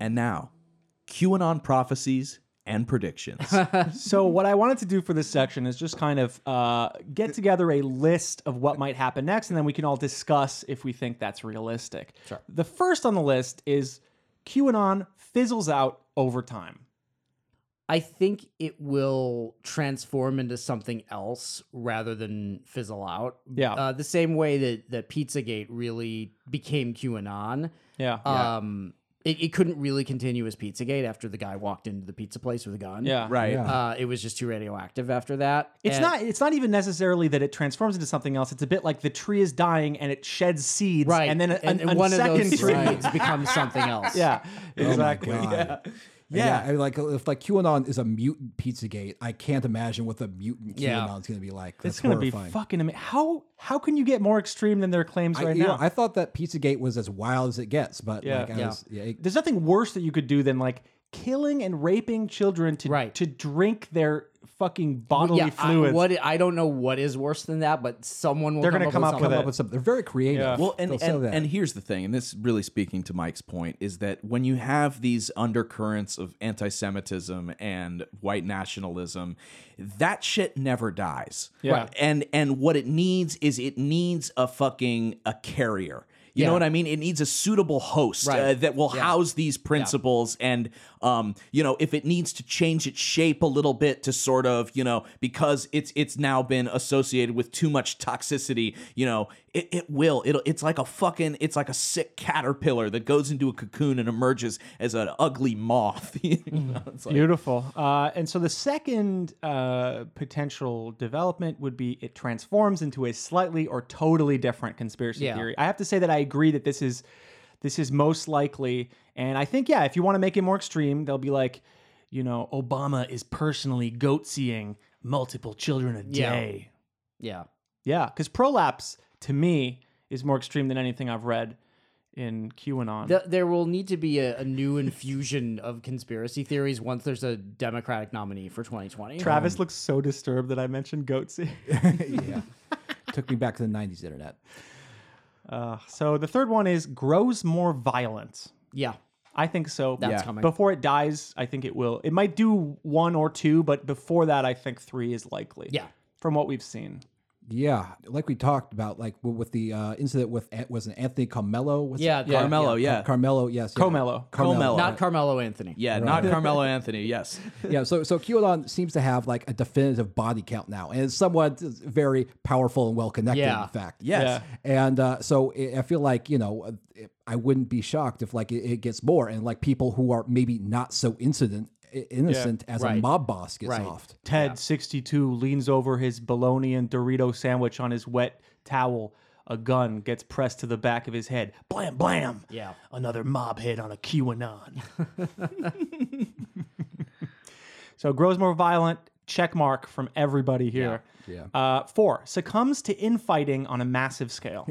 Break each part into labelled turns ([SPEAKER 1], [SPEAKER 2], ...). [SPEAKER 1] And now, QAnon prophecies and predictions.
[SPEAKER 2] So what I wanted to do for this section is just kind of uh, get together a list of what might happen next, and then we can all discuss if we think that's realistic. Sure. The first on the list is QAnon fizzles out over time.
[SPEAKER 3] I think it will transform into something else rather than fizzle out.
[SPEAKER 2] Yeah.
[SPEAKER 3] Uh, the same way that, that Pizzagate really became QAnon.
[SPEAKER 2] Yeah.
[SPEAKER 3] Um, it, it couldn't really continue as Pizzagate after the guy walked into the pizza place with a gun.
[SPEAKER 2] yeah.
[SPEAKER 1] right.
[SPEAKER 3] Uh, it was just too radioactive after that.
[SPEAKER 2] It's
[SPEAKER 3] And-
[SPEAKER 2] not. It's not even necessarily that it transforms into something else. It's a bit like the tree is dying and it sheds seeds,
[SPEAKER 3] right.
[SPEAKER 2] And then a,
[SPEAKER 3] and,
[SPEAKER 2] an-
[SPEAKER 3] and
[SPEAKER 2] an
[SPEAKER 3] one
[SPEAKER 2] second
[SPEAKER 3] of those
[SPEAKER 2] tree.
[SPEAKER 3] seeds becomes something else.
[SPEAKER 2] Yeah, exactly.
[SPEAKER 4] Oh my God. Yeah. I mean, like if like QAnon is a mutant Pizzagate, I can't imagine what the mutant QAnon's
[SPEAKER 3] Yeah.
[SPEAKER 4] gonna be like. That's
[SPEAKER 2] It's gonna be
[SPEAKER 4] horrifying.
[SPEAKER 2] fucking amazing. How how can you get more extreme than their claims
[SPEAKER 4] I,
[SPEAKER 2] right
[SPEAKER 4] you know,
[SPEAKER 2] now?
[SPEAKER 4] I thought that Pizzagate was as wild as it gets, but
[SPEAKER 2] Yeah.
[SPEAKER 4] like I
[SPEAKER 3] Yeah.
[SPEAKER 4] was, yeah, it-
[SPEAKER 2] There's nothing worse that you could do than like killing and raping children to
[SPEAKER 3] Right.
[SPEAKER 2] to drink their fucking bodily
[SPEAKER 3] yeah, I,
[SPEAKER 2] fluids.
[SPEAKER 3] what I don't know what is worse than that, but someone will.
[SPEAKER 2] They're
[SPEAKER 3] going
[SPEAKER 2] gonna
[SPEAKER 3] to
[SPEAKER 2] come up
[SPEAKER 3] with
[SPEAKER 2] with
[SPEAKER 3] something.
[SPEAKER 4] come up with something. They're very creative.
[SPEAKER 2] Yeah.
[SPEAKER 1] Well, and,
[SPEAKER 4] They'll sell
[SPEAKER 1] and,
[SPEAKER 4] that.
[SPEAKER 1] and here's the thing, and this really speaking to Mike's point is that when you have these undercurrents of anti Semitism and white nationalism, that shit never dies.
[SPEAKER 2] Yeah. Right.
[SPEAKER 1] And and what it needs is it needs a fucking a carrier. You know
[SPEAKER 3] Yeah.
[SPEAKER 1] what I mean? It needs a suitable host
[SPEAKER 3] Right.
[SPEAKER 1] uh, that will house these principles, and um, you know, if it needs to change its shape a little bit to sort of, you know, because it's it's now been associated with too much toxicity, you know, it, it will. It'll. It's like a fucking. It's like a sick caterpillar that goes into a cocoon and emerges as an ugly moth. you know? It's like-
[SPEAKER 2] Beautiful. Uh, and so the second uh, potential development would be it transforms into a slightly or totally different conspiracy
[SPEAKER 3] Yeah.
[SPEAKER 2] theory. I have to say that I agree that this is this is most likely, and I think yeah, if you want to make it more extreme, they'll be like, you know, Obama is personally goat seeing multiple children a
[SPEAKER 3] Yeah.
[SPEAKER 2] day.
[SPEAKER 3] Yeah.
[SPEAKER 2] Yeah, because prolapse to me is more extreme than anything I've read in QAnon.
[SPEAKER 3] Th- there will need to be a, a new infusion of conspiracy theories once there's a Democratic nominee for 2020.
[SPEAKER 2] Travis looks so disturbed that I mentioned Goatsy.
[SPEAKER 4] yeah. Took me back to the '90s internet.
[SPEAKER 2] Uh, so the third one is grows more violent.
[SPEAKER 3] Yeah.
[SPEAKER 2] I think so.
[SPEAKER 3] That's Yeah. coming.
[SPEAKER 2] Before it dies, I think it will. It might do one or two, but before that, I think three is likely.
[SPEAKER 3] Yeah.
[SPEAKER 2] From what we've seen.
[SPEAKER 4] Yeah, like we talked about, like w- with the uh, incident with An- was it Anthony Carmelo? Was
[SPEAKER 3] Yeah.
[SPEAKER 4] it?
[SPEAKER 3] yeah.
[SPEAKER 1] Carmelo, yeah,
[SPEAKER 4] Carmelo. Yes, yeah.
[SPEAKER 2] Comelo.
[SPEAKER 1] Carmelo.
[SPEAKER 3] Not Carmelo Anthony.
[SPEAKER 1] yeah, not Carmelo Anthony. Yes,
[SPEAKER 4] yeah, so so QAnon seems to have like a definitive body count now, and it's somewhat very powerful and well connected.
[SPEAKER 3] Yeah.
[SPEAKER 4] In fact,
[SPEAKER 1] yes.
[SPEAKER 4] And uh, so I I feel like you know I wouldn't be shocked if like it, it gets more, and like people who are maybe not so incident innocent as a
[SPEAKER 3] Right.
[SPEAKER 4] mob boss gets
[SPEAKER 3] Right.
[SPEAKER 4] offed.
[SPEAKER 2] Ted, 62, leans over his bologna and Dorito sandwich on his wet towel. A gun gets pressed to the back of his head. Blam, blam.
[SPEAKER 3] Yeah.
[SPEAKER 2] Another mob hit on a QAnon. so grows more violent. Check mark from everybody here.
[SPEAKER 4] Yeah,
[SPEAKER 2] Uh, four, succumbs to infighting on a massive scale.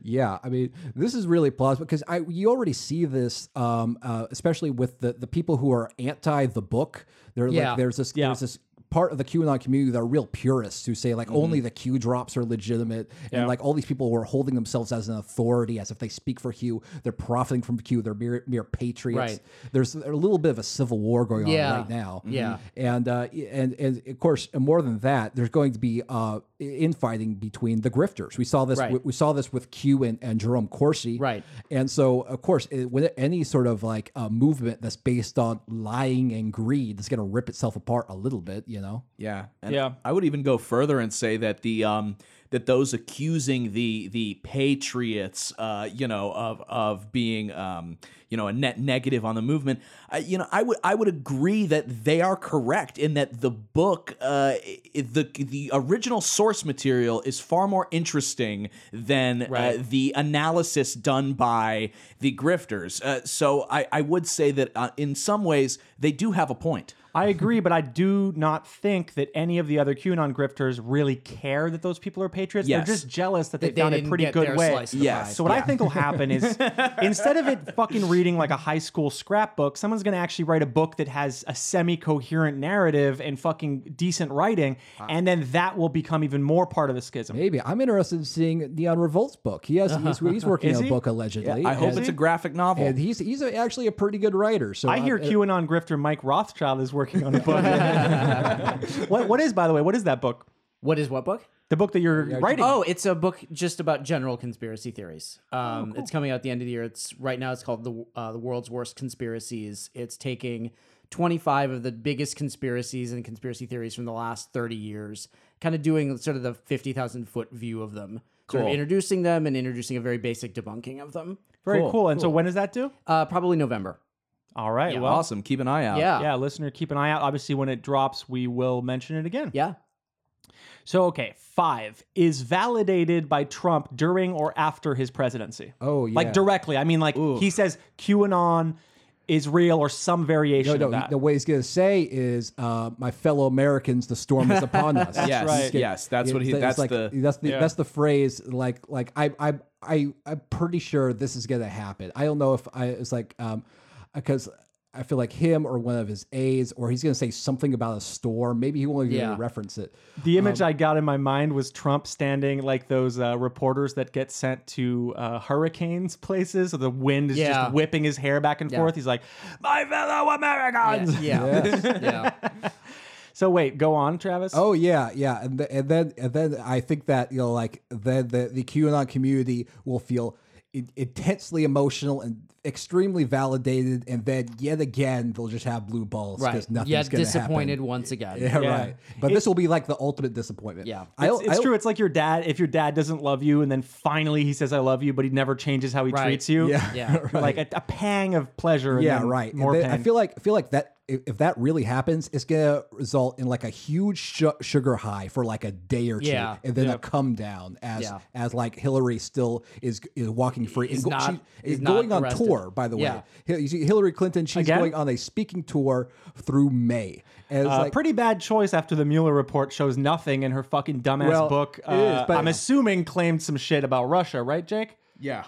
[SPEAKER 4] Yeah, I mean, this is really plausible because I you already see this, um, uh, especially with the the people who are anti the book. They're
[SPEAKER 3] Yeah.
[SPEAKER 4] like, there's this
[SPEAKER 2] Yeah.
[SPEAKER 4] there's this part of the QAnon community that are real purists who say like
[SPEAKER 3] Mm-hmm.
[SPEAKER 4] only the Q drops are legitimate,
[SPEAKER 2] Yeah.
[SPEAKER 4] and like all these people who are holding themselves as an authority, as if they speak for Q, they're profiting from Q, they're mere mere patriots.
[SPEAKER 3] Right.
[SPEAKER 4] There's a little bit of a civil war going
[SPEAKER 3] Yeah.
[SPEAKER 4] on right now.
[SPEAKER 3] Yeah.
[SPEAKER 4] And uh, and and of course, and more than that, there's going to be uh, infighting between the grifters. We saw this.
[SPEAKER 3] Right.
[SPEAKER 4] We, we saw this with Q and, and Jerome Corsi.
[SPEAKER 3] Right.
[SPEAKER 4] And so, of course, it, with any sort of like uh, movement that's based on lying and greed, is going to rip itself apart a little bit. You know.
[SPEAKER 1] Yeah. And
[SPEAKER 2] Yeah.
[SPEAKER 1] I would even go further and say that the um that those accusing the the patriots uh you know of of being um you know a net negative on the movement I, you know I would I would agree that they are correct in that the book uh i- the the original source material is far more interesting than uh,
[SPEAKER 3] Right.
[SPEAKER 1] the analysis done by the grifters uh, so I I would say that uh, in some ways they do have a point
[SPEAKER 2] I agree, but I do not think that any of the other QAnon grifters really care that those people are patriots.
[SPEAKER 1] Yes.
[SPEAKER 2] They're just jealous that they,
[SPEAKER 3] They
[SPEAKER 2] found a
[SPEAKER 3] didn't
[SPEAKER 2] pretty
[SPEAKER 3] get
[SPEAKER 2] good
[SPEAKER 3] their
[SPEAKER 2] way.
[SPEAKER 3] slice of the
[SPEAKER 1] Yes. pie.
[SPEAKER 2] So what I think will happen is instead of it fucking reading like a high school scrapbook, someone's going to actually write a book that has a semi-coherent narrative and fucking decent writing, and then that will become even more part of the schism.
[SPEAKER 4] Maybe I'm interested in seeing Neon Revolt's book. He has he's, he's working
[SPEAKER 2] Is
[SPEAKER 4] on a
[SPEAKER 2] he?
[SPEAKER 4] book allegedly.
[SPEAKER 1] I hope
[SPEAKER 4] and,
[SPEAKER 1] it's a graphic novel.
[SPEAKER 4] and he's he's actually a pretty good writer. So
[SPEAKER 2] I hear
[SPEAKER 3] uh,
[SPEAKER 4] I'm-
[SPEAKER 2] QAnon grifter Mike Rothschild is working on a book. what, what is, by the way, what is that book?
[SPEAKER 3] What is what book?
[SPEAKER 2] The book that you're writing?
[SPEAKER 3] Oh, it's a book just about general conspiracy theories.
[SPEAKER 4] Oh,
[SPEAKER 3] Um, It's coming out the end of the year. It's right now. It's called the uh, the world's worst conspiracies. It's taking twenty five of the biggest conspiracies and conspiracy theories from the last thirty years, kind of doing sort of the fifty thousand foot view of them, sort of
[SPEAKER 1] Cool.
[SPEAKER 3] introducing them and introducing a very basic debunking of them.
[SPEAKER 2] Very cool.
[SPEAKER 1] Cool,
[SPEAKER 2] And so when does that do?
[SPEAKER 3] Uh, probably November.
[SPEAKER 2] All right. well,
[SPEAKER 1] awesome. Keep an eye
[SPEAKER 4] Uh,
[SPEAKER 1] out.
[SPEAKER 3] Yeah.
[SPEAKER 2] yeah, listener, keep an eye out. Obviously, when it drops, we will mention it again.
[SPEAKER 3] Yeah.
[SPEAKER 2] So, okay, five is validated by Trump during or after his presidency.
[SPEAKER 4] Oh yeah.
[SPEAKER 2] Like directly. I mean, like he says QAnon is real or some variation
[SPEAKER 4] No, no.
[SPEAKER 2] of that.
[SPEAKER 4] The way he's going to say is, uh, "My fellow Americans, the storm is upon us."
[SPEAKER 1] Yes,
[SPEAKER 2] right.
[SPEAKER 1] yes, that's what he.
[SPEAKER 4] it's
[SPEAKER 1] That's
[SPEAKER 4] like,
[SPEAKER 1] the.
[SPEAKER 4] that's the
[SPEAKER 2] Yeah.
[SPEAKER 4] that's the phrase. Like like I I I I'm pretty sure this is gonna happen. I don't know if I it's like um because I feel like him or one of his aides or he's gonna say something about a storm. Maybe he won't even
[SPEAKER 3] Yeah.
[SPEAKER 4] reference it.
[SPEAKER 2] The image I got in my mind was Trump standing like those uh, reporters that get sent to uh, hurricanes places. So the wind is
[SPEAKER 3] Yeah.
[SPEAKER 2] just whipping his hair back and forth. He's like, my fellow Americans.
[SPEAKER 3] Yeah. yeah.
[SPEAKER 2] So wait, go on, Travis.
[SPEAKER 4] Oh yeah, yeah, and, th- and then and then I think that you know like then the the QAnon community will feel in- intensely emotional and extremely validated, and then yet again they'll just have blue balls because
[SPEAKER 3] Right.
[SPEAKER 4] nothing's
[SPEAKER 3] Yet
[SPEAKER 4] gonna
[SPEAKER 3] disappointed
[SPEAKER 4] happen.
[SPEAKER 3] once again.
[SPEAKER 4] Yeah,
[SPEAKER 2] Yeah.
[SPEAKER 4] right. But this will be like the ultimate disappointment.
[SPEAKER 3] Yeah.
[SPEAKER 4] I
[SPEAKER 2] It's,
[SPEAKER 4] don't- I
[SPEAKER 2] it's
[SPEAKER 4] don't-
[SPEAKER 2] true. It's like your dad. If your dad doesn't love you, and then finally he says "I love you," but he never changes how he
[SPEAKER 3] Right.
[SPEAKER 2] treats you.
[SPEAKER 4] Yeah,
[SPEAKER 3] Yeah.
[SPEAKER 2] like a, a pang of pleasure. And
[SPEAKER 4] Yeah,
[SPEAKER 2] then
[SPEAKER 4] right. And
[SPEAKER 2] More
[SPEAKER 4] then
[SPEAKER 2] pain.
[SPEAKER 4] I feel like I feel like that if, if that really happens, it's gonna result in like a huge sh- sugar high for like a day or two,
[SPEAKER 3] Yeah.
[SPEAKER 4] and then a come down as
[SPEAKER 3] Yeah.
[SPEAKER 4] as like Hillary still is is walking free.
[SPEAKER 3] Is
[SPEAKER 4] and go-
[SPEAKER 3] not-
[SPEAKER 4] she-
[SPEAKER 3] is
[SPEAKER 4] is
[SPEAKER 3] not
[SPEAKER 4] going on
[SPEAKER 3] arrested.
[SPEAKER 4] tour, by the way.
[SPEAKER 3] Yeah.
[SPEAKER 4] Hi- You see, Hillary Clinton, she's
[SPEAKER 2] Again? Uh,
[SPEAKER 4] going on a speaking tour through May, and it's
[SPEAKER 2] A
[SPEAKER 4] like.
[SPEAKER 2] pretty bad choice after the Mueller report shows nothing and her fucking dumbass
[SPEAKER 4] Well,
[SPEAKER 2] book.
[SPEAKER 4] it
[SPEAKER 2] Uh,
[SPEAKER 4] is, but-
[SPEAKER 2] I'm assuming claimed some shit about Russia, right, Jake?
[SPEAKER 1] yeah.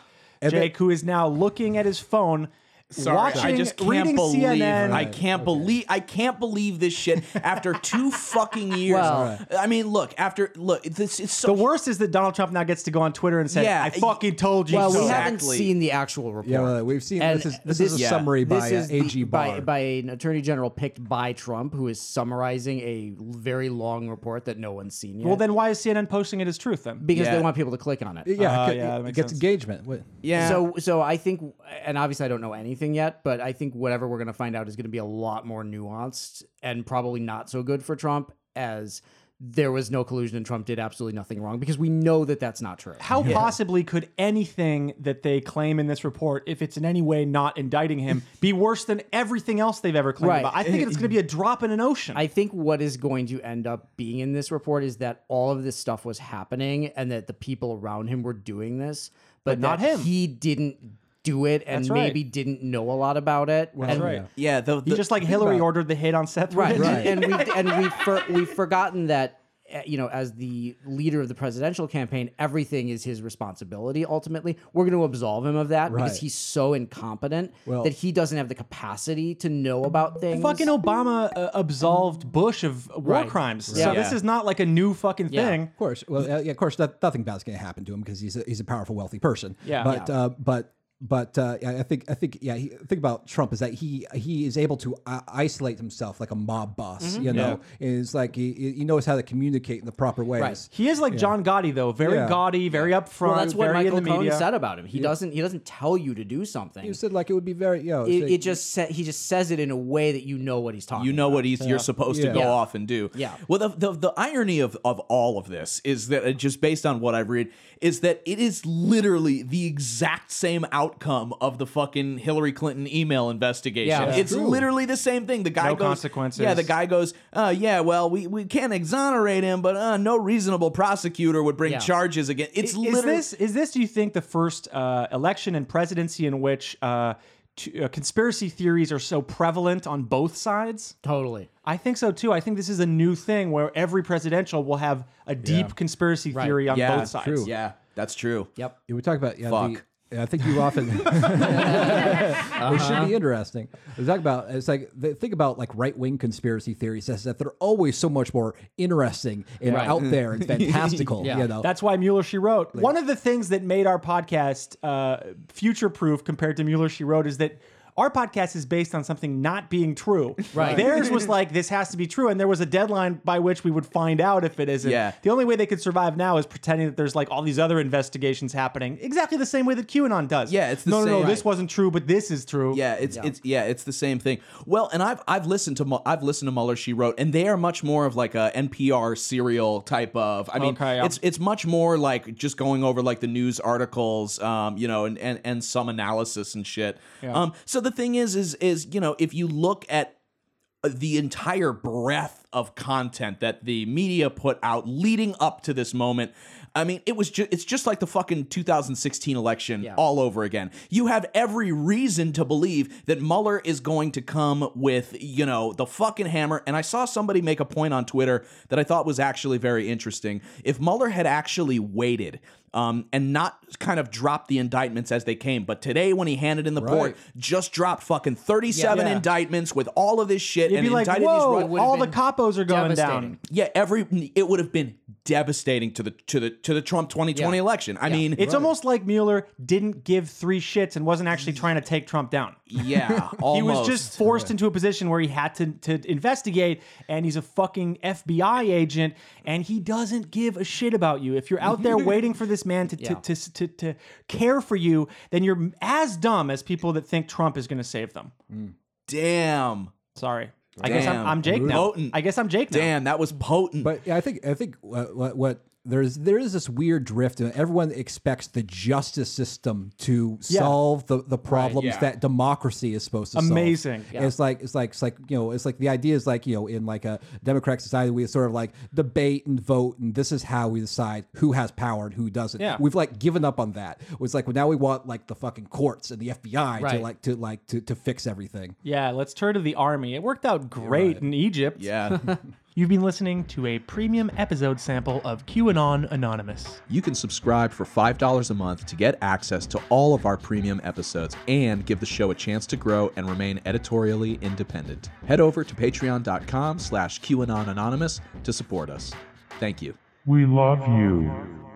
[SPEAKER 2] Jake, who is now looking at his phone,
[SPEAKER 1] Sorry,
[SPEAKER 2] watching,
[SPEAKER 1] I just can't
[SPEAKER 2] reading
[SPEAKER 1] believe.
[SPEAKER 2] CNN.
[SPEAKER 1] I can't believe. I can't believe this shit after two fucking years.
[SPEAKER 3] Well-
[SPEAKER 1] I mean, look after look. This is so.
[SPEAKER 2] the worst is that Donald Trump now gets to go on Twitter and say,
[SPEAKER 1] Yeah,
[SPEAKER 2] "I fucking told you
[SPEAKER 3] Well,
[SPEAKER 2] so."
[SPEAKER 3] we haven't
[SPEAKER 1] Exactly.
[SPEAKER 3] seen the actual report.
[SPEAKER 4] Yeah, well, we've seen
[SPEAKER 3] And
[SPEAKER 4] this is this, is a
[SPEAKER 1] yeah.
[SPEAKER 4] summary
[SPEAKER 3] This
[SPEAKER 4] by
[SPEAKER 3] is
[SPEAKER 4] uh, AG
[SPEAKER 3] the-
[SPEAKER 4] Barr.
[SPEAKER 3] by, by an attorney general picked by Trump, who is summarizing a very long report that no one's seen yet.
[SPEAKER 2] well, then why is CNN posting it as truth then?
[SPEAKER 3] because
[SPEAKER 1] Yeah.
[SPEAKER 3] they want people to click on it.
[SPEAKER 4] yeah,
[SPEAKER 2] Uh,
[SPEAKER 4] it,
[SPEAKER 2] yeah, that
[SPEAKER 4] it
[SPEAKER 2] makes
[SPEAKER 4] gets
[SPEAKER 2] sense.
[SPEAKER 4] engagement. What-
[SPEAKER 1] yeah.
[SPEAKER 3] So, so I think, and obviously I don't know anything yet, but I think whatever we're going to find out is going to be a lot more nuanced and probably not so good for Trump as there was no collusion and Trump did absolutely nothing wrong because we know that that's not true.
[SPEAKER 2] How possibly could anything that they claim in this report, if it's in any way not indicting him, be worse than everything else they've ever claimed
[SPEAKER 3] Right.
[SPEAKER 2] about? I think it's going to be a drop in an ocean.
[SPEAKER 3] I think what is going to end up being in this report is that all of this stuff was happening and that the people around him were doing this, but,
[SPEAKER 2] But not
[SPEAKER 3] that
[SPEAKER 2] him.
[SPEAKER 3] He didn't do it and
[SPEAKER 2] That's right.
[SPEAKER 3] maybe didn't know a lot about it.
[SPEAKER 2] That's
[SPEAKER 3] and,
[SPEAKER 2] right.
[SPEAKER 1] yeah. The, the
[SPEAKER 2] He just like Hillary ordered the hit on Seth.
[SPEAKER 3] Right.
[SPEAKER 2] Rogen.
[SPEAKER 3] And we've, and we've, for, we've forgotten that, uh, you know, as the leader of the presidential campaign, everything is his responsibility ultimately. We're going to absolve him of that
[SPEAKER 4] Right.
[SPEAKER 3] because he's so incompetent
[SPEAKER 4] Well-
[SPEAKER 3] that he doesn't have the capacity to know about things.
[SPEAKER 2] Fucking Obama uh, absolved Bush of war
[SPEAKER 3] Right.
[SPEAKER 2] crimes.
[SPEAKER 3] Right.
[SPEAKER 2] So
[SPEAKER 1] Yeah.
[SPEAKER 2] this is not like a new fucking
[SPEAKER 3] Yeah.
[SPEAKER 2] thing.
[SPEAKER 4] Of course, well, uh, yeah, of course, that, nothing bad's going to happen to him because he's a, he's a powerful, wealthy person.
[SPEAKER 2] Yeah.
[SPEAKER 4] but Uh, but but uh, yeah, I think I think yeah, he, the thing about Trump is that he he is able to i- isolate himself like a mob boss. You know, is like he, he knows how to communicate in the proper ways.
[SPEAKER 2] He is like John Gotti though, very
[SPEAKER 4] Yeah.
[SPEAKER 2] gaudy, very upfront,
[SPEAKER 3] Well, that's what
[SPEAKER 2] very
[SPEAKER 3] Michael
[SPEAKER 2] in the
[SPEAKER 3] Cohen
[SPEAKER 2] media.
[SPEAKER 3] said about him. He doesn't. He doesn't tell you to do something.
[SPEAKER 4] You
[SPEAKER 3] It,
[SPEAKER 4] said like it would be very you know,
[SPEAKER 3] it
[SPEAKER 4] it's
[SPEAKER 3] just sa- he just says it in a way that you know what he's talking.
[SPEAKER 1] You know what he's you're supposed
[SPEAKER 4] Yeah.
[SPEAKER 1] to go
[SPEAKER 4] Yeah.
[SPEAKER 1] off and do.
[SPEAKER 3] Yeah.
[SPEAKER 1] Well, the, the the irony of of all of this is that uh, just based on what I've read is that it is literally the exact same outcome of the fucking Hillary Clinton email investigation.
[SPEAKER 3] Yeah, that's
[SPEAKER 1] it's
[SPEAKER 4] true.
[SPEAKER 1] literally the same thing. The guy
[SPEAKER 2] No
[SPEAKER 1] goes
[SPEAKER 2] consequences.
[SPEAKER 1] Yeah, the guy goes, uh, yeah, well, we we can't exonerate him, but uh, no reasonable prosecutor would bring
[SPEAKER 3] Yeah.
[SPEAKER 1] charges again. It's
[SPEAKER 2] Is
[SPEAKER 1] literally
[SPEAKER 2] this is this? Do you think the first uh, election and presidency in which uh, t- uh, conspiracy theories are so prevalent on both sides.
[SPEAKER 3] Totally.
[SPEAKER 2] I think so too. I think this is a new thing where every presidential will have a deep conspiracy theory on
[SPEAKER 1] yeah,
[SPEAKER 2] both sides.
[SPEAKER 4] true.
[SPEAKER 1] Yeah, that's true.
[SPEAKER 3] Yep.
[SPEAKER 4] Yeah, we talk about yeah,
[SPEAKER 1] Fuck.
[SPEAKER 4] the- I think you often. Which should be interesting. We talk about it's like the think about like right wing conspiracy theories is that they're always so much more interesting and
[SPEAKER 3] Right.
[SPEAKER 4] out there and fantastical.
[SPEAKER 3] Yeah.
[SPEAKER 4] You know,
[SPEAKER 2] That's why Mueller She Wrote. One of the things that made our podcast uh, future proof compared to Mueller She Wrote is that our podcast is based on something not being true.
[SPEAKER 3] Right.
[SPEAKER 2] Theirs was like this has to be true, and there was a deadline by which we would find out if it isn't.
[SPEAKER 1] Yeah.
[SPEAKER 2] The only way they could survive now is pretending that there's like all these other investigations happening, exactly the same way that QAnon does.
[SPEAKER 1] Yeah, it's the
[SPEAKER 2] no, no, no.
[SPEAKER 1] same-
[SPEAKER 2] This wasn't true, but this is true.
[SPEAKER 1] Yeah, it's it's yeah, it's the same thing. Well, and I've I've listened to Mu- I've listened to Muller. She wrote, and they are much more of like a NPR serial type of. I mean,
[SPEAKER 2] Okay, yeah.
[SPEAKER 1] it's it's much more like just going over like the news articles, um, you know, and and, and some analysis and shit. Um, so the thing is, is is you know, if you look at the entire breadth of content that the media put out leading up to this moment. I mean, it was just it's just like the fucking 2016 election all over again. You have every reason to believe that Mueller is going to come with, you know, the fucking hammer. And I saw somebody make a point on Twitter that I thought was actually very interesting. If Mueller had actually waited um, and not kind of dropped the indictments as they came, but today when he handed in the port, just dropped fucking 37
[SPEAKER 2] Yeah.
[SPEAKER 1] indictments with all of this shit
[SPEAKER 2] It'd
[SPEAKER 1] and
[SPEAKER 2] be like,
[SPEAKER 1] indicted these
[SPEAKER 2] whoa,
[SPEAKER 1] ru-
[SPEAKER 3] would've
[SPEAKER 2] all the
[SPEAKER 3] been
[SPEAKER 2] capos are going down.
[SPEAKER 3] devastating.
[SPEAKER 1] yeah every it would have been devastating to the to the to the Trump 2020
[SPEAKER 3] Yeah.
[SPEAKER 1] election I mean
[SPEAKER 2] It's almost like Mueller didn't give three shits and wasn't actually trying to take Trump down.
[SPEAKER 1] yeah almost.
[SPEAKER 2] He was just forced into a position where he had to, to investigate, and he's a fucking FBI agent, and he doesn't give a shit about you. If you're out there waiting for this man to,
[SPEAKER 3] Yeah.
[SPEAKER 2] to, to, to, to care for you, then you're as dumb as people that think Trump is going to save them.
[SPEAKER 1] damn
[SPEAKER 2] Sorry. I guess I'm,
[SPEAKER 1] Damn.
[SPEAKER 2] I'm Jake now.
[SPEAKER 1] Potent.
[SPEAKER 2] I guess I'm Jake now.
[SPEAKER 1] damn that was potent
[SPEAKER 4] But yeah, I think I think what, what, what there's there is this weird drift, and everyone expects the justice system to solve the, the problems
[SPEAKER 1] yeah.
[SPEAKER 4] that democracy is supposed to solve.
[SPEAKER 2] Amazing.
[SPEAKER 4] It's like it's like it's like you know it's like the idea is like you know in like a democratic society we sort of like debate and vote, and this is how we decide who has power and who doesn't.
[SPEAKER 2] Yeah.
[SPEAKER 4] We've like given up on that. It's like well, now we want like the fucking courts and the FBI to
[SPEAKER 3] Right.
[SPEAKER 4] like to like to, to fix everything.
[SPEAKER 2] Yeah, let's turn to the army. It worked out great in Egypt.
[SPEAKER 1] yeah
[SPEAKER 2] You've been listening to a premium episode sample of QAnon Anonymous.
[SPEAKER 1] you can subscribe for $5 a month to get access to all of our premium episodes and give the show a chance to grow and remain editorially independent head over to patreon.com slash QAnon Anonymous to support us thank you
[SPEAKER 5] We love you.